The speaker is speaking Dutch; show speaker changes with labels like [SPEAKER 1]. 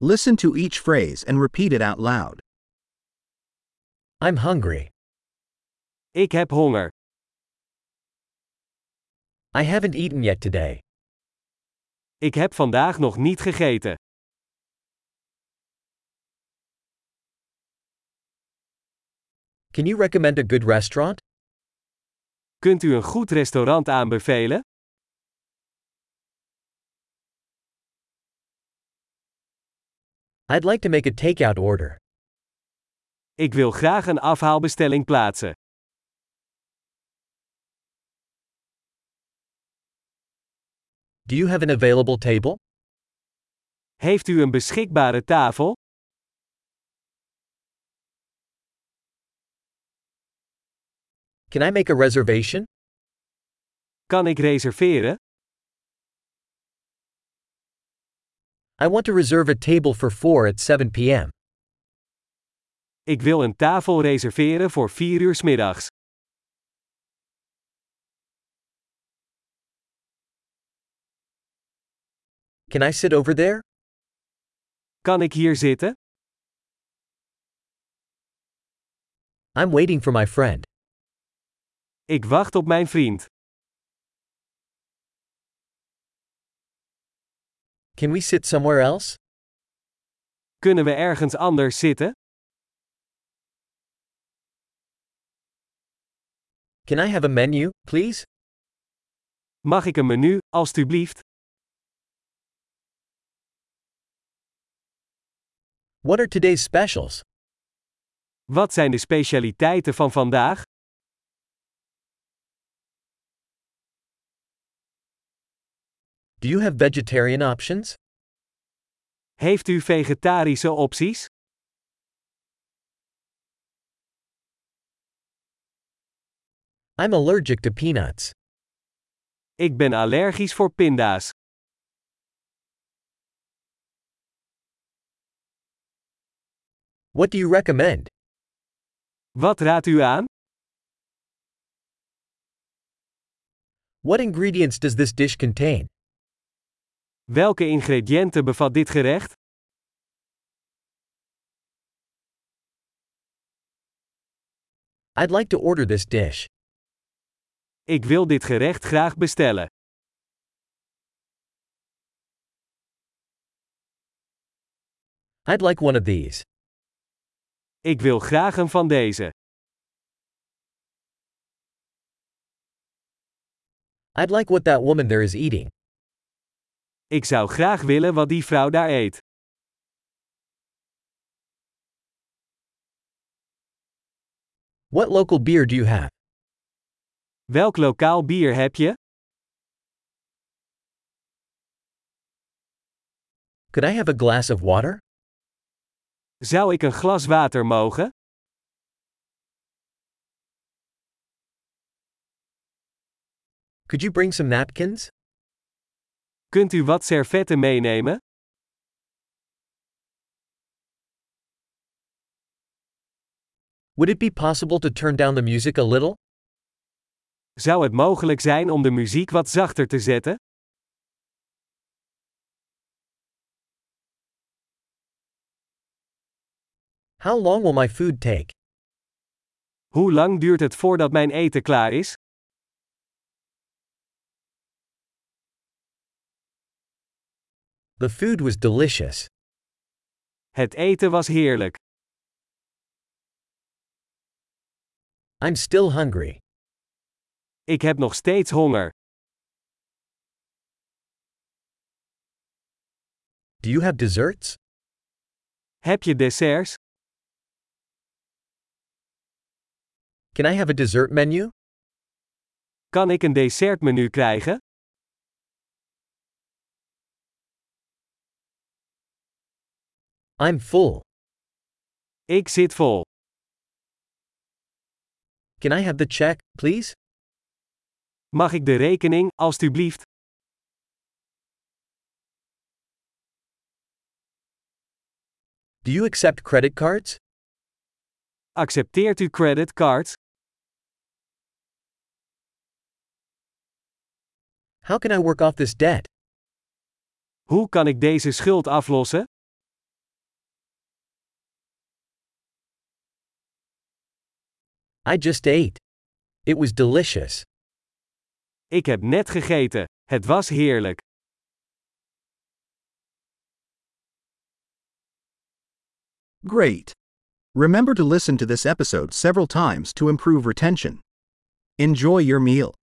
[SPEAKER 1] Listen to each phrase and repeat it out loud.
[SPEAKER 2] I'm hungry.
[SPEAKER 3] Ik heb honger.
[SPEAKER 2] I haven't eaten yet today.
[SPEAKER 3] Ik heb vandaag nog niet gegeten.
[SPEAKER 2] Can you recommend a good restaurant?
[SPEAKER 3] Kunt u een goed restaurant aanbevelen?
[SPEAKER 2] I'd like to make a takeout order.
[SPEAKER 3] Ik wil graag een afhaalbestelling plaatsen.
[SPEAKER 2] Do you have an available table?
[SPEAKER 3] Heeft u een beschikbare tafel?
[SPEAKER 2] Can I make a reservation?
[SPEAKER 3] Kan ik reserveren?
[SPEAKER 2] I want to reserve a table for 4 at 7 p.m.
[SPEAKER 3] Ik wil een tafel reserveren voor 4 uur 's middags.
[SPEAKER 2] Can I sit over there?
[SPEAKER 3] Kan ik hier zitten?
[SPEAKER 2] I'm waiting for my friend.
[SPEAKER 3] Ik wacht op mijn vriend.
[SPEAKER 2] Can we sit somewhere else?
[SPEAKER 3] Kunnen we ergens anders zitten?
[SPEAKER 2] Can I have a menu, please?
[SPEAKER 3] Mag ik een menu, alstublieft?
[SPEAKER 2] What are today's specials?
[SPEAKER 3] Wat zijn de specialiteiten van vandaag?
[SPEAKER 2] Do you have vegetarian options?
[SPEAKER 3] Heeft u vegetarische opties?
[SPEAKER 2] I'm allergic to peanuts.
[SPEAKER 3] Ik ben allergisch voor pinda's.
[SPEAKER 2] What do you recommend?
[SPEAKER 3] Wat raadt u aan?
[SPEAKER 2] What ingredients does this dish contain?
[SPEAKER 3] Welke ingrediënten bevat dit gerecht?
[SPEAKER 2] I'd like to order this dish.
[SPEAKER 3] Ik wil dit gerecht graag bestellen.
[SPEAKER 2] I'd like one of these.
[SPEAKER 3] Ik wil graag een van deze.
[SPEAKER 2] I'd like what that woman there is eating.
[SPEAKER 3] Ik zou graag willen wat die vrouw daar eet.
[SPEAKER 2] What local beer do you have?
[SPEAKER 3] Welk lokaal bier heb je?
[SPEAKER 2] Could I have a glass of water?
[SPEAKER 3] Zou ik een glas water mogen?
[SPEAKER 2] Could you bring some napkins?
[SPEAKER 3] Kunt u wat servetten meenemen?
[SPEAKER 2] Would it be possible to turn down the music a little?
[SPEAKER 3] Zou het mogelijk zijn om de muziek wat zachter te zetten?
[SPEAKER 2] How long will my food take?
[SPEAKER 3] Hoe lang duurt het voordat mijn eten klaar is?
[SPEAKER 2] The food was delicious.
[SPEAKER 3] Het eten was heerlijk.
[SPEAKER 2] I'm still hungry.
[SPEAKER 3] Ik heb nog steeds honger.
[SPEAKER 2] Do you have desserts?
[SPEAKER 3] Heb je desserts?
[SPEAKER 2] Can I have a dessert menu?
[SPEAKER 3] Kan ik een dessertmenu krijgen?
[SPEAKER 2] I'm full.
[SPEAKER 3] Ik zit vol.
[SPEAKER 2] Can I have the check, please?
[SPEAKER 3] Mag ik de rekening, alstublieft?
[SPEAKER 2] Do you accept credit cards?
[SPEAKER 3] Accepteert u creditcards?
[SPEAKER 2] How can I work off this debt?
[SPEAKER 3] Hoe kan ik deze schuld aflossen?
[SPEAKER 2] I just ate. It was delicious.
[SPEAKER 3] Ik heb net gegeten. Het was heerlijk.
[SPEAKER 1] Great. Remember to listen to this episode several times to improve retention. Enjoy your meal.